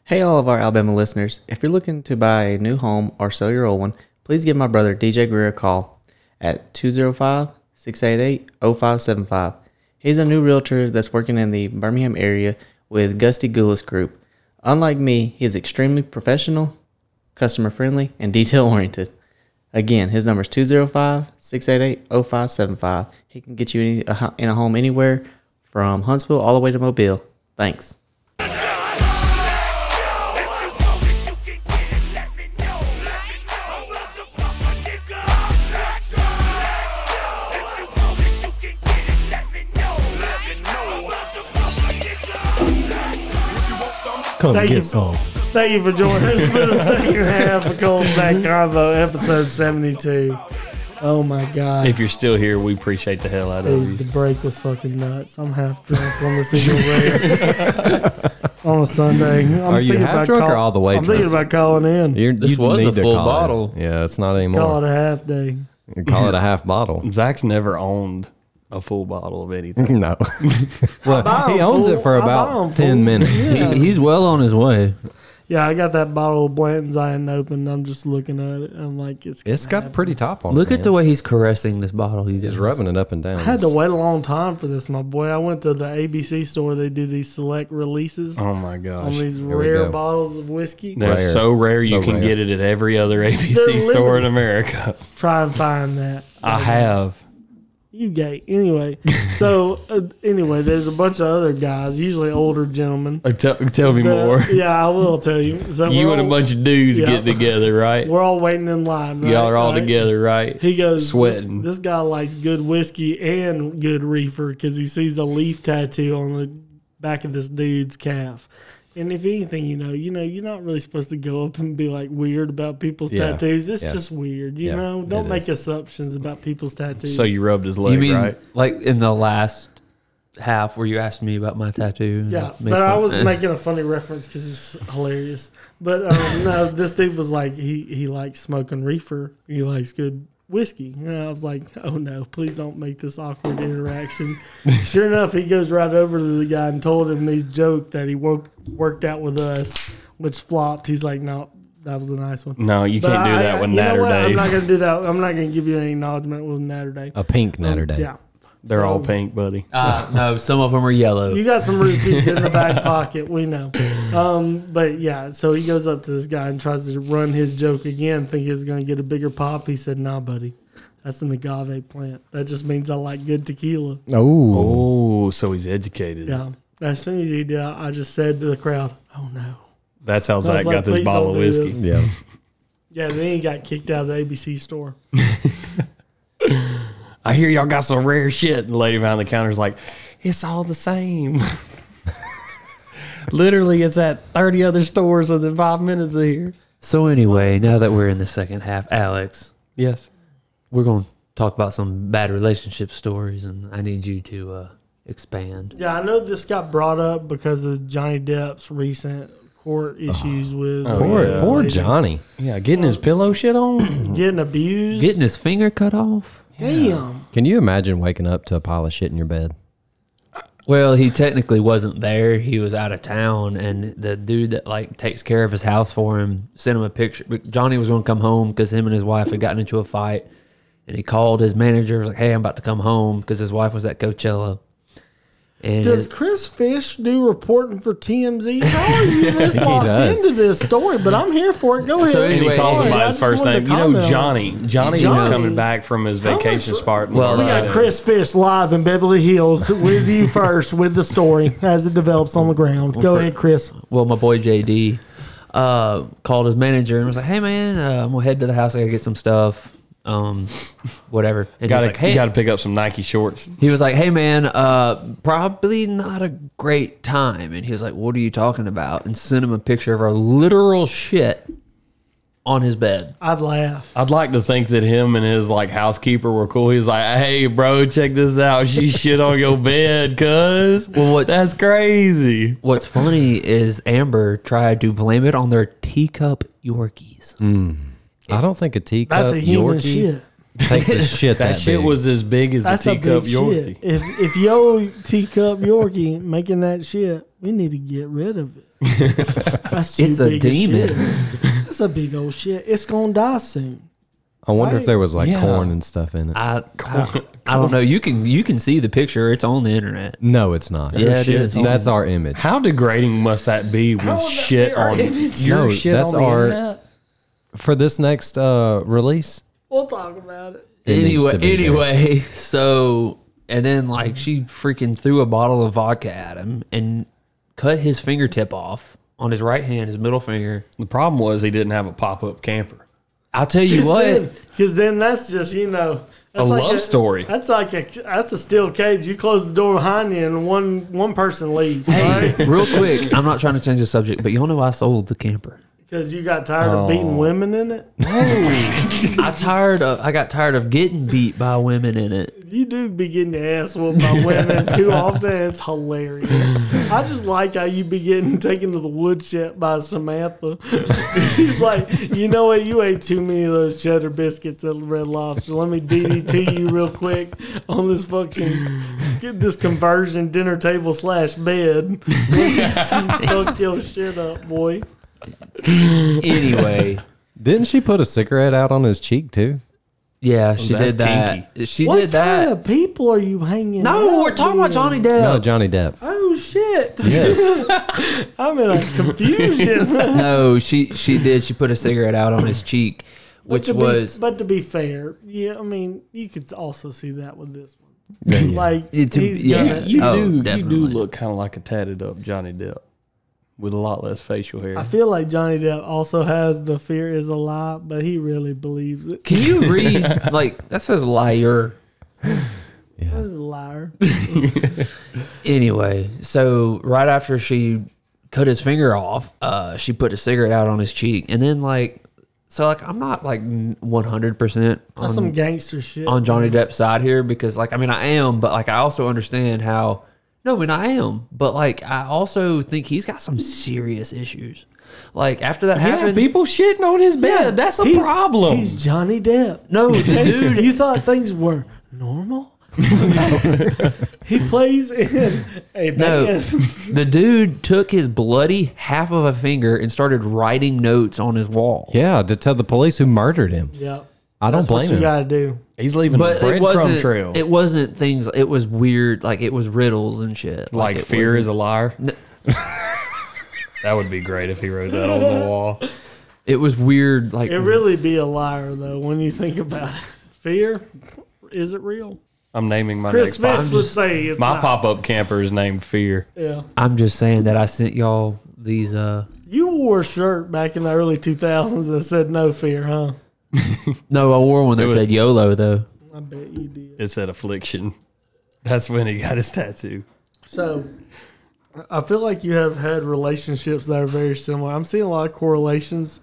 Hey, all of our Alabama listeners. If you're looking to buy a new home or sell your old one, please give my brother DJ Greer a call at 205 688 0575. He's a new realtor that's working in the Birmingham area with Gusty Goulas Group. Unlike me, he is extremely professional, customer friendly, and detail oriented. Again, his number is 205 688 0575. He can get you any, a, ho- in a home anywhere from Huntsville all the way to Mobile. Thanks.
Come
Thank you.
get some.
Thank you for joining us for the second half of Cold Snack Combo, episode 72. Oh my God.
If you're still here, we appreciate the hell out of
Dude,
you.
the break was fucking nuts. I'm half drunk on this Eagle Rare on a Sunday. I'm
Are you
thinking
half
about
drunk or all the way
I'm
drunk?
thinking about calling in.
You're,
This
you
was a
need to
full
call it-
bottle.
Yeah, it's not
Call
anymore.
it a half day.
You Call it a half bottle.
Zach's never owned a full bottle of anything.
No. well,
buy
he
'em,
owns it
fool.
for
I buy 'em,
about
fool.
10 minutes.
He, he's well on his way.
Yeah, I got that bottle of Blanton's I hadn't opened. I'm just looking at it. I'm like, it's.
It's got a pretty top on it.
Look at the
man.
way he's caressing this bottle. You guys
He's rubbing it up and down.
I had to wait a long time for this, my boy. I went to the ABC store. They do these select releases
Oh my gosh.
on these
Here we
rare
go.
bottles of whiskey.
They're
Rare.
so rare you
So
can
rare.
get it at every other ABC
They're
store in
limited.
America.
Try and find that.
I have.
you gay. Anyway, so uh, anyway, there's a bunch of other guys, usually older gentlemen.
Uh, Tell, tell me
that-
more.
Yeah, I will tell you. So
You
we're
and a
all-
bunch of dudes
Yeah.
get together, right?
We're all waiting in line. Right?
Y'all are all
Right?
together, right?
He goes this-
Sweating.
This, guy likes good whiskey and good reefer because he sees a leaf tattoo on the back of this dude's calf. And if anything, you know, you know, you're not really supposed to go up and be like weird about people's
Yeah.
tattoos. It's
Yeah.
just weird, you
Yeah.
know.
It
Don't make
is.
assumptions about people's tattoos.
So you rubbed his leg,
you mean
right?
like in the last half where you asked me about my tattoo?
Yeah, but I was making a funny reference because it's hilarious. But um, no, this dude was like, he he likes smoking reefer. He likes good whiskey. And I was like, oh no, please don't make this awkward interaction. sure enough, he goes right over to the guy and told him his joke that he work, worked out with us, which flopped. He's like, no, that was a nice one.
No, you
But
can't do
I-
that
I-
one
you know
Natter
what? I'm
days.
not gonna do that. I'm not gonna give you any acknowledgement with Natter Day.
A pink Natter Day.
Yeah.
They're all
so-
pink, buddy.
Uh, no, some of them are yellow.
You got some roofies in the back pocket, we know. Um, but yeah, so he goes up to this guy and tries to run his joke again, thinking he's going to get a bigger pop. He said, "Nah, buddy, that's an agave plant. That just means I like good tequila."
Oh,
Oh, so he's educated.
Yeah, that's what he did. Yeah, I just said to the crowd, "Oh no."
That's how
I was
Zach
like,
got this
"Please
bottle of
don't do
whiskey.
this."
yeah.
Yeah, then he got kicked out of the ABC store.
I hear y'all got some rare shit. And the lady behind the counter's like, it's all the same. Literally, it's at 30 other stores within five minutes of here.
So anyway, now that we're in the second half, Alex,
Yes.
we're going to talk about some bad relationship stories, and I need you to uh, expand.
Yeah, I know this got brought up because of Johnny Depp's recent court
Uh-huh.
issues with
Poor,
Oh, yeah.
poor
Lady
Johnny.
Yeah, getting his pillow shit on.
getting abused.
Getting his finger cut off.
Damn.
Can you imagine waking up to a pile of shit in your bed?
Well, he technically wasn't there. He was out of town, and the dude that like takes care of his house for him sent him a picture. But Johnny was going to come home because him and his wife had gotten into a fight, and he called his manager. Was like, "Hey, I'm about to come home because his wife was at Coachella." And
Does Chris Fish do reporting for TMZ? How are you this locked
does.
into this story? But I'm here for it. Go ahead.
So
And he
Anyway,
calls him
Sorry, I
by his
just
first
wanted
name.
to
You know,
comment on
Johnny. Johnny, was
Johnny.
coming back from his
much-
vacation spot. in
Well,
that. We
Florida.
got Chris Fish live in Beverly Hills with you first with the story as it develops on the ground. Go
for-
ahead, Chris.
well, my boy JD uh, called his manager and was like, "Hey, man, uh, I'm gonna head to the house. I gotta get some stuff, um, whatever." And
Gotta,
he's like, "Hey,
you got to pick up some Nike shorts.
he was like, "Hey man, uh, probably not a great time." And he was like, "What are you talking about?" And sent him a picture of our literal shit on his bed.
I'd laugh.
I'd like to think that him and his like housekeeper were cool. He's like, "Hey, bro, check this out. She shit on your bed, cuz.
Well, what's-
that's crazy."
What's funny is Amber tried to blame it on their teacup Yorkies.
Mm.
I don't think a teacup
That's a human
Yorkie
shit.
takes a shit that,
That shit
big.
was as big as
That's
the
a
teacup
big
Yorkie.
shit. If if yo teacup Yorkie making that shit, we need to get rid of it. That's too
It's a
big of
demon.
shit. That's a big old shit. It's gonna die soon.
I wonder if there was like
Yeah.
corn and stuff in it.
I, I I don't know. You can you can see the picture. It's on the internet.
no, it's not.
Yeah, it is.
That's our image.
How degrading must that
Oh,
be with shit on your
No,
shit
that's
on the
our-
internet?
For this next uh, release,
We'll talk about it.
It needs
anyway,
to be there.
anyway, so and then like she freaking threw a bottle of vodka at him and cut his fingertip off on his right hand, his middle finger.
The problem was he didn't have a pop up camper.
I'll tell you what,
Because then that's just you know
A
that's
love story.
That's like a that's a steel cage. You close the door behind you, and one one person leaves.
hey, real quick, I'm not trying to change the subject, but y'all know I sold the camper.
Because you got tired
Oh.
of beating women in it.
I tired of I got tired of getting beat by women in it.
You do be getting your ass whooped by women too often. It's hilarious. I just like how you be getting taken to the woodshed by Samantha. She's like, you know what? You ate too many of those cheddar biscuits at Red Lobster. Let me DDT you real quick on this fucking get this conversion dinner table slash bed. Fuck your shit up, boy.
Anyway,
didn't she put a cigarette out on his cheek too?
yeah, she
that's
did that. She
What
did that.
kind of people are you hanging?
no,
out
we're talking
with?
about Johnny
No,
Depp.
Johnny Depp.
Oh shit!
Yes.
I'm in a confusion.
No, she she did. She put a cigarette out on his cheek, which
to
was
be, but to be fair, yeah, I mean, you could also see that with this one.
Yeah, yeah.
Like
Yeah, to-
he's
yeah.
gonna-
You
Oh,
do
definitely.
you do look kind of like a tatted up Johnny Depp with a lot less facial hair.
I feel like Johnny Depp also has the fear is a lie, but he really believes it.
Can you read like that says liar?
He's a liar.
Anyway, so right after she cut his finger off. Uh, she put a cigarette out on his cheek, and then like, so like, I'm not like 100 percent
That's some gangster shit.
on Johnny Depp's side here because, like, I mean, I am, but like, I also understand how. No, I mean, I am, but like, I also think he's got some serious issues. Like after that
Yeah,
happened,
people shitting on his bed. That's a
He's-
problem.
He's Johnny Depp.
no, the dude,
you thought things were normal? he plays in a
No.
band.
the dude took his bloody half of a finger and started writing notes on his wall.
Yeah, to tell the police who murdered him.
Yep.
I don't
That's what
blame
you
him.
gotta do.
He's leaving
But
a
it
breadcrumb
wasn't.
trail.
It wasn't things. It was weird. Like it was riddles and shit.
like
it
fear
wasn't-
is a liar.
N-
that would be great if he wrote that on the wall.
It was weird. Like
It really be a liar though when you think about it. Fear, is it real?
I'm naming my
Chris
next.
Fish would say it's
My
not.
pop-up camper is named Fear.
Yeah,
I'm just saying that I sent y'all these. uh
you wore a shirt back in the early 2000s that said "No fear," huh?
No, I wore one that
was-
said YOLO though.
I bet you did.
It said affliction. That's when he got his tattoo.
So, I feel like you have had relationships that are very similar. I'm seeing a lot of correlations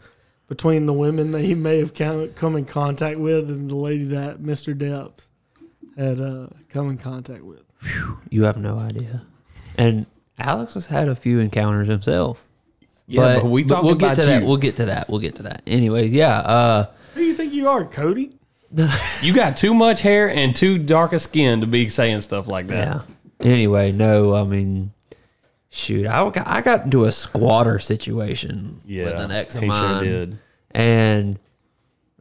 between the women that you may have come, come in contact with and the lady that Mr. Depp had uh, come in contact with.
You have no idea. And Alex has had a few encounters himself. we'll get to that. We'll get to that. We'll get to that. Anyways, yeah. Uh,
Who do you think you are, Cody?
you got too much hair and too dark a skin to be saying stuff like that.
Yeah. Anyway, no, I mean, shoot, I got, I got into a squatter situation
Yeah,
with an ex of
he
mine,
sure did.
and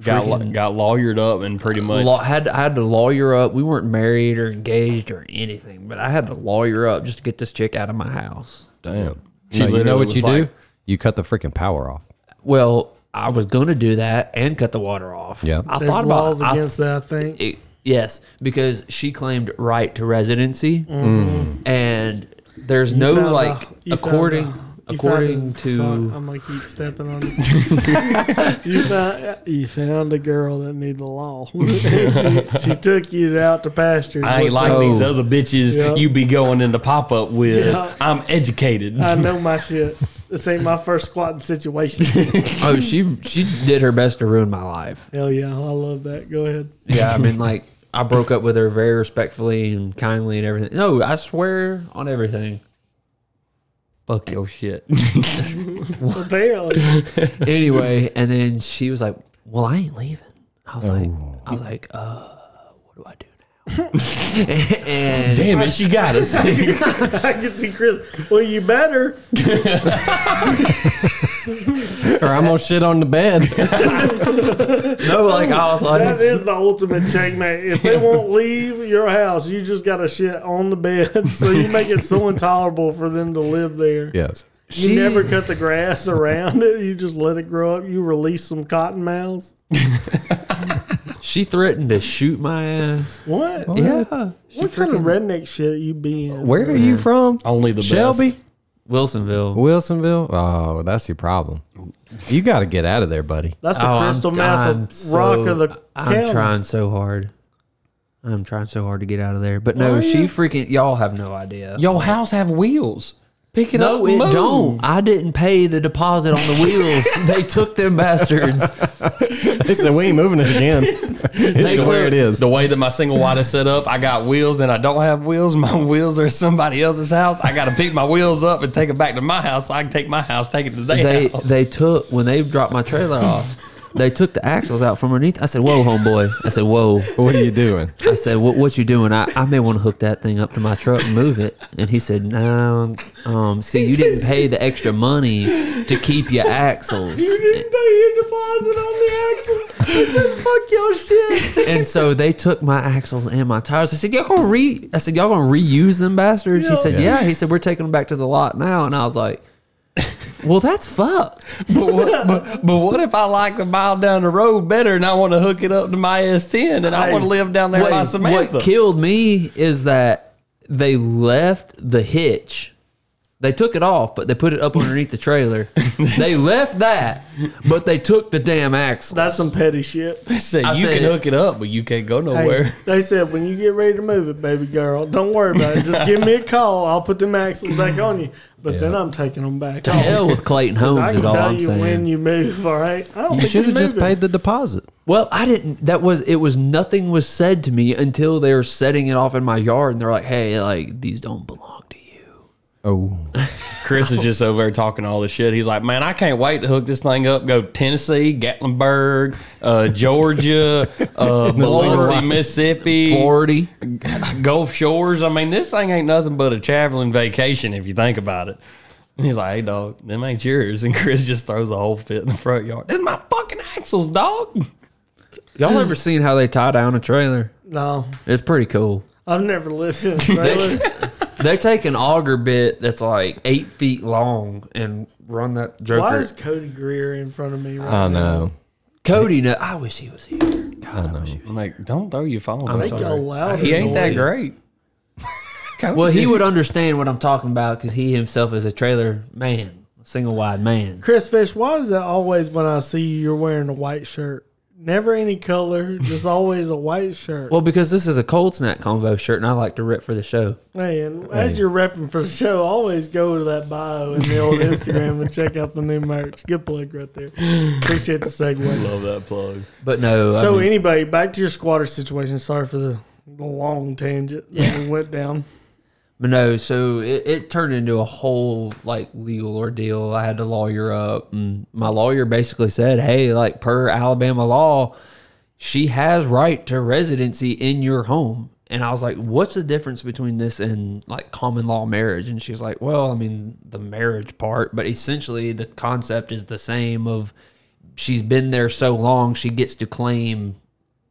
Got la-
freaking
got lawyered up and pretty much.
law, had I had to lawyer up. We weren't married or engaged or anything, but I had to lawyer up just to get this chick out of my house.
Damn.
She
No, you
literally
know what
was
you
like-
do? You cut the freaking power off.
Well, I was gonna do that and cut the water off.
Yeah.
I
There's
thought
laws
about I
against that. I think.
it, yes, because she claimed right to residency, Mm-hmm. and there's no
found
like
a- you
according
found a- you found
according
a-
to
sorry, I'm gonna keep stepping on it. you found you found a girl that needed the law. she, she took you out to pasture.
I ain't like
Oh.
these other bitches
Yeah.
you be going into pop up with.
Yeah.
I'm educated.
I know my shit. This ain't my first squatting situation.
oh she she did her best to ruin my life.
Hell yeah, I love that. Go ahead.
Yeah, I mean like I broke up with her very respectfully and kindly and everything. No, I swear on everything. Fuck your shit.
Apparently,
anyway, and then she was like, "Well, I ain't leaving." I was like, "I was like, uh, what do I do now?" and
Damn it, she got us.
I can see Chris. Well, you better.
or I'm gonna shit on the bed.
no, like I was like,
That is the ultimate checkmate. If they won't leave your house, you just got to shit on the bed. So you make it so intolerable for them to live there.
yes.
You
She-
never cut the grass around it. You just let it grow up. You release some cotton mouths.
She threatened to shoot my ass.
What?
Yeah.
What kind of redneck shit you be in?
Where are you from?
Only the
Shelby?
best.
Wilsonville.
Wilsonville? Oh, that's your problem. You gotta get out of there, buddy.
That's the
Oh, I'm-
crystal mouth
I'm
of rock
so-
of the
I'm
county.
trying so hard. I'm trying so hard to get out of there. But
Are
no, she
you?
freaking y'all have no idea.
Yo, house have wheels. Pick it up.
no, it
and move.
don't. I didn't pay the deposit on the wheels. they took them bastards.
They said we ain't moving it again. it's where it is.
The way that my single wide is set up, I got wheels and I don't have wheels. My wheels are at somebody else's house. I got to pick my wheels up and take it back to my house. So I can take my house, take it to their
They
house.
they took when they dropped my trailer off. They took the axles out from underneath. I said, "Whoa, homeboy!" I said, "Whoa!"
What are you doing?
I said, "What what you doing? I, I may want to hook that thing up to my truck and move it." And he said, "No, um, see, you didn't pay the extra money to keep your axles."
pay your deposit on the axles. They said, fuck your shit.
And so they took my axles and my tires. I said, "Y'all gonna re?" I said, "Y'all gonna reuse them bastards?" He said,
Yeah.
"Yeah." He said, "We're taking them back to the lot now." And I was like, "Well, that's fucked."
but, what, but, but what if I like a mile down the road better and I want to hook it up to my S10 and I want to live down there by
What,
Samantha?
what killed me is that they left the hitch They took it off, but they put it up underneath the trailer. they left that, but they took the damn axle.
That's some petty shit.
They said
I
you
said
can
it-
hook it up, but you can't go
Hey,
nowhere.
they said when you get ready to move it, baby girl, don't worry about it. Just give me a call. I'll put them axles back on you. But then I'm taking them back
To
off.
hell with Clayton
'Cause I
Holmes
can
is all
tell
I'm
you
saying.
when you move. All right. I don't
You
think
should have
we
just
moving.
paid the deposit.
Well, I didn't. That was it. Was nothing was said to me until they were setting it off in my yard, and they're like, "Hey, like these don't belong to you."
Oh,
Chris is just over there talking all this shit. He's like, man, I can't wait to hook this thing up. Go Tennessee, Gatlinburg, uh, Georgia, uh, Biloxi, Mississippi,
Forty.
Gulf Shores. I mean, this thing ain't nothing but a traveling vacation if you think about it. And he's like, hey, dog, them ain't yours. And Chris just throws a whole fit in the front yard. It's my fucking axles, dog.
Y'all ever seen how they tie down a trailer?
No,
It's pretty cool.
I've never lived in a trailer.
They take an auger bit that's like eight feet long and run that joker.
Why is Cody Greer in front of me right
I
now?
know.
Cody? No, I wish he was here. God, I, wish he was.
I'm like, don't throw your phone.
I'm
They
sorry.
go loud.
He ain't that
noise.
great.
Well, he would understand what I'm talking about because he himself is a trailer man, single wide man.
Chris Fish, why is that always when I see you, you're wearing a white shirt? Never any color, just always a white shirt.
Well, because this is a cold snack convo shirt, and I like to rip for the show.
Man, as you're repping for the show, always go to that bio in the old Instagram and check out the new merch. Good plug right there. Appreciate the segue.
Love that plug.
But no, I
So
mean-
anybody, back to your squatter situation. Sorry for the, the long tangent that we went down.
But no, so it, it turned into a whole like legal ordeal. I had to lawyer up, and my lawyer basically said, "Hey, like per Alabama law, she has right to residency in your home." And I was like, "What's the difference between this and like common law marriage?" And she's like, "Well, I mean, the marriage part, but essentially the concept is the same of she's been there so long, she gets to claim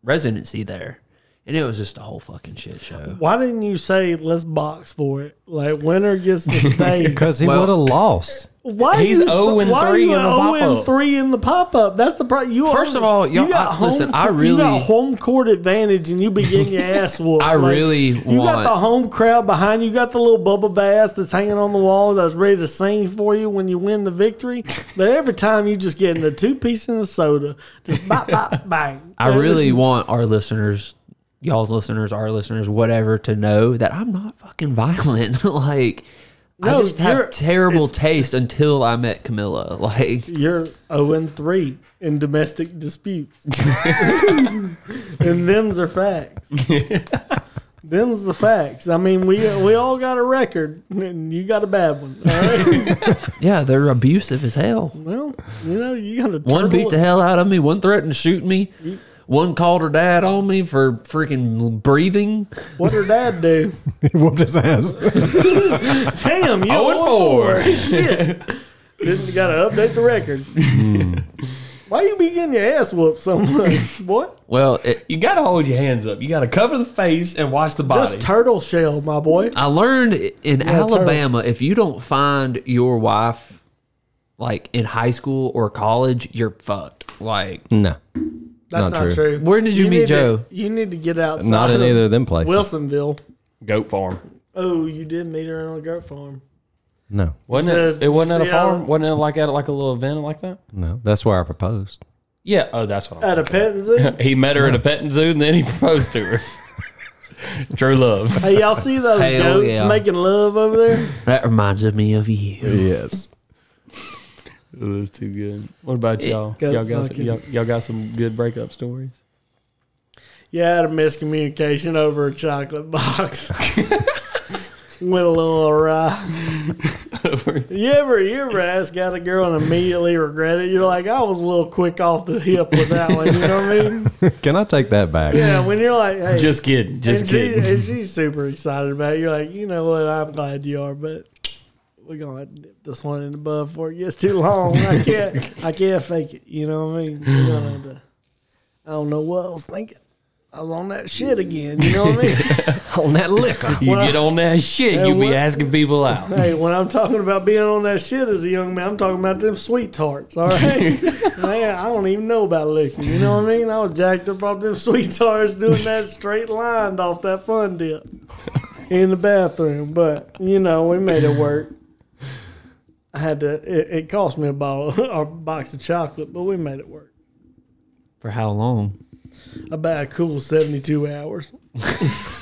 residency there." And it was just a whole fucking shit show.
Why didn't you say let's box for it? Like winner gets to stay.
Because he
Well-
would have lost.
Why
He's
you,
0 and
why
3
you
in the
0 and
pop-up.
three in the pop up? That's the problem. You
First
are-
of all, y'all- I- listen, I
you
really-
got home court advantage, and you be getting your ass whooped.
I really
You got
want-
the home crowd behind you. You got the little bubble bass that's hanging on the wall that's ready to sing for you when you win the victory. But every time you just getting the two piece and the soda, just bop bop bang.
I really want our listeners, y'all's listeners, our listeners, whatever, to know that I'm not fucking violent. like, I
No,
just
you're-
have terrible taste until I met Camilla. Like,
You're 0 and 3 in domestic disputes. and them's are facts. them's the facts. I mean, we we all got a record, and you got a bad one. All right?
yeah, they're abusive as hell.
well, you know, you got a
One beat the
turtle-
hell out of me, one threatened to shoot me,
Mm.
one called her dad on me for freaking breathing.
What her dad do?
He whooped his ass.
Damn, you
Oh, and
all
four.
Shit. Didn't got to update the record. Why you be getting your ass whooped so much, boy?
Well, it,
You got to hold your hands up. You got to cover the face and watch the body.
Just turtle shell, my boy.
I learned in
it's her.
Alabama if you don't find your wife like in high school or college, you're fucked. Like,
No,
That's
Not
not,
true.
true.
Where did you meet
need to-
Joe?
you need to get outside.
not in
of
either of them places.
Wilsonville.
Goat farm.
Oh, you did meet her on a goat farm.
No,
Wasn't
Is
it?
it-
It wasn't at
see,
a
I
farm.
don't-
Wasn't it like at like a little event like that?
no. That's where I proposed.
Yeah. Oh, that's what. I'm
At a pet and zoo.
He met her at a petting zoo and then he proposed to her. True love.
hey, y'all see those
Hell
goats
yeah.
making love over there?
That reminds me of you.
Yes.
It was too good. What about y'all?
Go
Y'all got, some,
fucking-
y'all, y'all got some good breakup stories?
Yeah, I had a miscommunication over a chocolate box. Went a little awry. You ever you ever ask out a girl and immediately regret it? You're like, I was a little quick off the hip with that one. You know what I mean?
Can I take that back?
Yeah, when you're like, hey,
Just kidding. Just
and, she,
kidding.
and she's super excited about it. You're like, you know what? I'm glad you are, but we're gonna have to nip this one in the bud before it gets too long. I can't, I can't fake it. You know what I mean? We're gonna have to- I don't know what I was thinking. I was on that shit again. You know what I mean?
on that liquor.
You
well,
get on that shit,
and
you be
what-
asking people out.
hey, when I'm talking about being on that shit as a young man, I'm talking about them sweet tarts. All right, man, I don't even know about licking. You know what I mean? I was jacked up off them sweet tarts doing that straight lined off that fun dip in the bathroom, but you know we made it work. I had to. It, it cost me a bottle or a box of chocolate, but we made it work.
For how long?
About a cool seventy-two hours.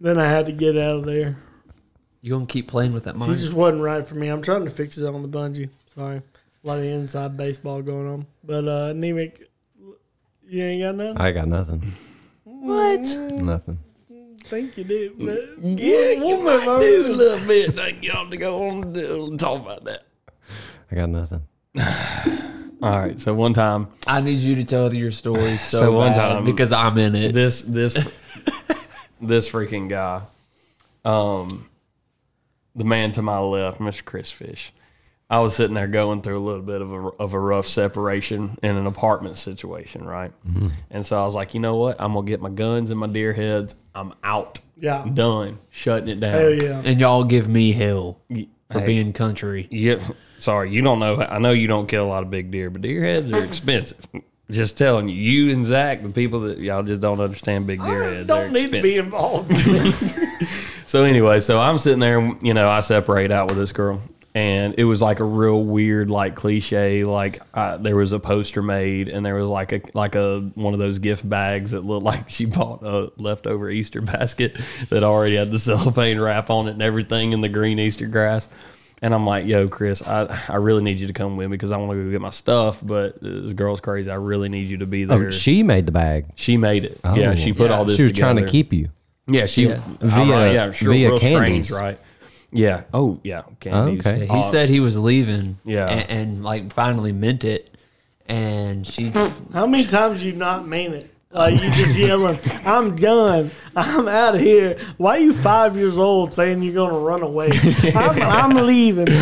then I had to get out of there.
You gonna keep playing with that
She
mind?
just wasn't right for me. I'm trying to fix it on the bungee. Sorry, a lot of inside baseball going on. But uh, anemic, you ain't got nothing.
I got nothing.
What?
Nothing.
Think you do? But yeah, you might
a little bit. I y'all to go on and talk about that.
I got nothing.
All right. So one time,
I need you to tell your story so,
So one
one
time-
time because I'm in it.
this this this freaking guy, um, the man to my left, Mr. Chris Fish. I was sitting there going through a little bit of a of a rough separation in an apartment situation, right? And so I was like, you know what? I'm gonna get my guns and my deer heads. I'm out.
Yeah.
I'm done. Shutting it down.
Hell yeah.
And y'all give me hell for
Hey.
being country.
Yeah, sorry, you don't know. I know you don't kill a lot of big deer, but deer heads are expensive. just telling you, you and Zach, the people that y'all just don't understand big deer heads. they're
Don't need to be
expensive.
involved.
So anyway, so I'm sitting there, and, you know, I separate out with this girl, and it was like a real weird, like cliche. Like I, there was a poster made, and there was like a like a one of those gift bags that looked like she bought a leftover Easter basket that already had the cellophane wrap on it and everything, and the green Easter grass. And I'm like, yo, Chris, I, I really need you to come with me because I want to go get my stuff, but this girl's crazy. I really need you to be there.
Oh, she made the bag.
She made it. yeah, she put all this
She was trying to
together.
keep you.
Yeah, she
Yeah.
via
Via-
yeah, sure,
via
real
candies.
strange, right? Yeah. Oh, yeah. Candies.
Okay.
He
Uh,
said he was leaving.
Yeah.
And, and like finally meant it. And she
How many times you not mean it? Like you just yelling, "I'm done, I'm out of here." Why you five years old saying you're gonna run away? I'm, I'm leaving. You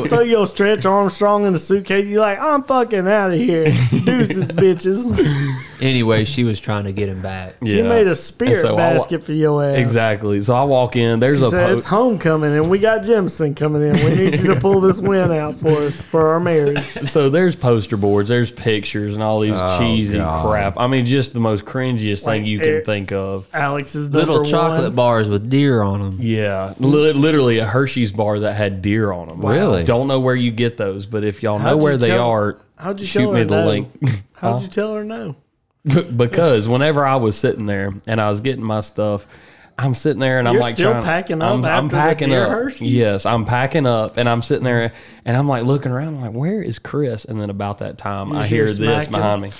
just throw your Stretch Armstrong in the suitcase. You're like, "I'm fucking out of here, deuces, bitches."
anyway, she was trying to get him back.
She
yeah.
made a spirit
And so I wa-
basket for your ass.
Exactly. So I walk in. There's
She
a
said,
po-
it's homecoming, and we got Jimson coming in. We need you to pull this win out for us for our marriage.
so there's poster boards, there's pictures, and all these cheesy
Oh, God.
crap. I mean, just the most cringiest
Like,
thing you can
eh,
think of.
Alex is number
Little chocolate
one.
bars with deer on them.
Yeah, li- literally a Hershey's bar that had deer on them.
Really?
Don't know where you get those, but if y'all know
How'd
where
you
they
tell-
are,
How'd you
shoot
tell
me
her
the
no?
link.
How'd you tell her no?
because whenever I was sitting there and I was getting my stuff, I'm sitting there and I'm
You're
like
still
trying-
packing up
I'm, I'm
after the
packing
beer
up.
Hershey's?
Yes, I'm packing up and I'm sitting there and I'm like looking around. I'm like, where is Chris? And then about that time, I
just
hear
hear
this
smacking.
behind me.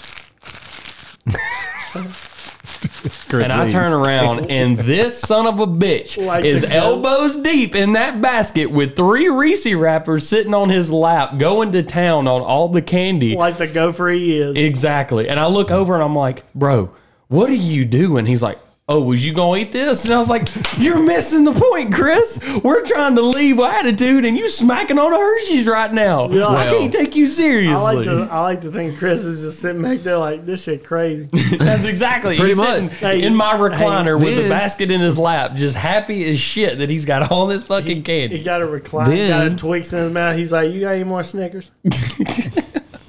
and I turn around, and this son of a bitch
Like
is
the goat.
elbows deep in that basket with three Reese wrappers sitting on his lap, going to town on all the candy.
Like the gopher he is.
Exactly. And I look over and I'm like, bro, what are you doing? He's like, oh, was you going to eat this? And I was like, you're missing the point, Chris. We're trying to leave attitude and you smacking on a Hershey's right now.
Yeah.
I can't take you seriously.
I like to I like to think Chris is just sitting back there like this shit crazy.
That's exactly.
Pretty
he's sitting
much.
Hey,
in my recliner
hey,
with a
then-
basket in his lap, just happy as shit that he's got all this fucking candy.
He got a recline, got a
Then-
Twix in his mouth. He's like, "You got any more Snickers?"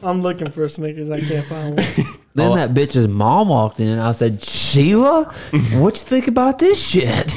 I'm looking for Snickers. I can't find one.
Then
Oh.
that bitch's mom walked in. I said, Sheila, what you think about this shit?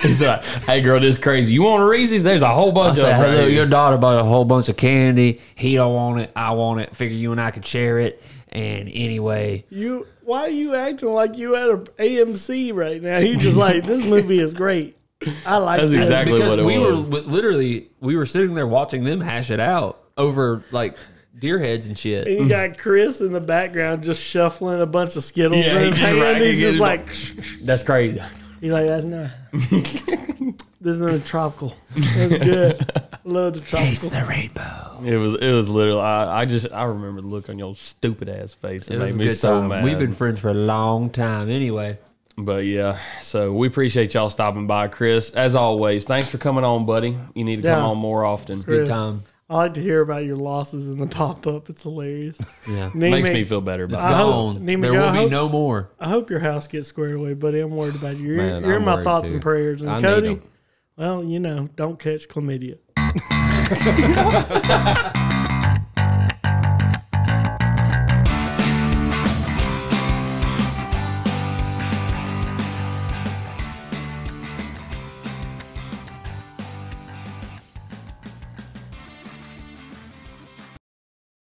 He's like, "Hey, girl, this crazy. You want a Reese's? There's a whole
I
bunch of
said,
them.
"Hey,
right
look,
here."
your daughter bought a whole bunch of candy. He don't want it. I want it. Figure you and I could share it. And anyway,
You, why are you acting like you at a AMC right now? You just like this movie is great. I like
That's
this.
exactly
because
what it
we were
was.
li- literally we were sitting there watching them hash it out over like deer heads and shit.
And you got Chris in the background just shuffling a bunch of Skittles
Yeah,
in
he
his
just
hand.
racking
He's just
it
like,
up. That's crazy.
he's like, that's not. this is in the tropical. That's good. Love the tropical.
The rainbow.
It was it was literally I, I just I remember the look on your stupid ass face. It,
It was
made
a
me
good
so
time.
mad.
We've been friends for a long time. Anyway,
but yeah, so we appreciate y'all stopping by, Chris. As always, thanks for coming on, buddy. You need to come
Yeah.
on more often.
Chris,
time.
I like to hear about your losses in the pop up. It's hilarious.
yeah,
Name
Makes
it-
me feel better. About
I hope-
gone.
Name
There
it, I
will be
hope-
no more.
I hope your house gets squared away, buddy. I'm worried about you. You're,
Man,
you're
I'm
in my
worried
thoughts
too.
and prayers. And
I need
Cody,
'em.
well, you know, don't catch chlamydia.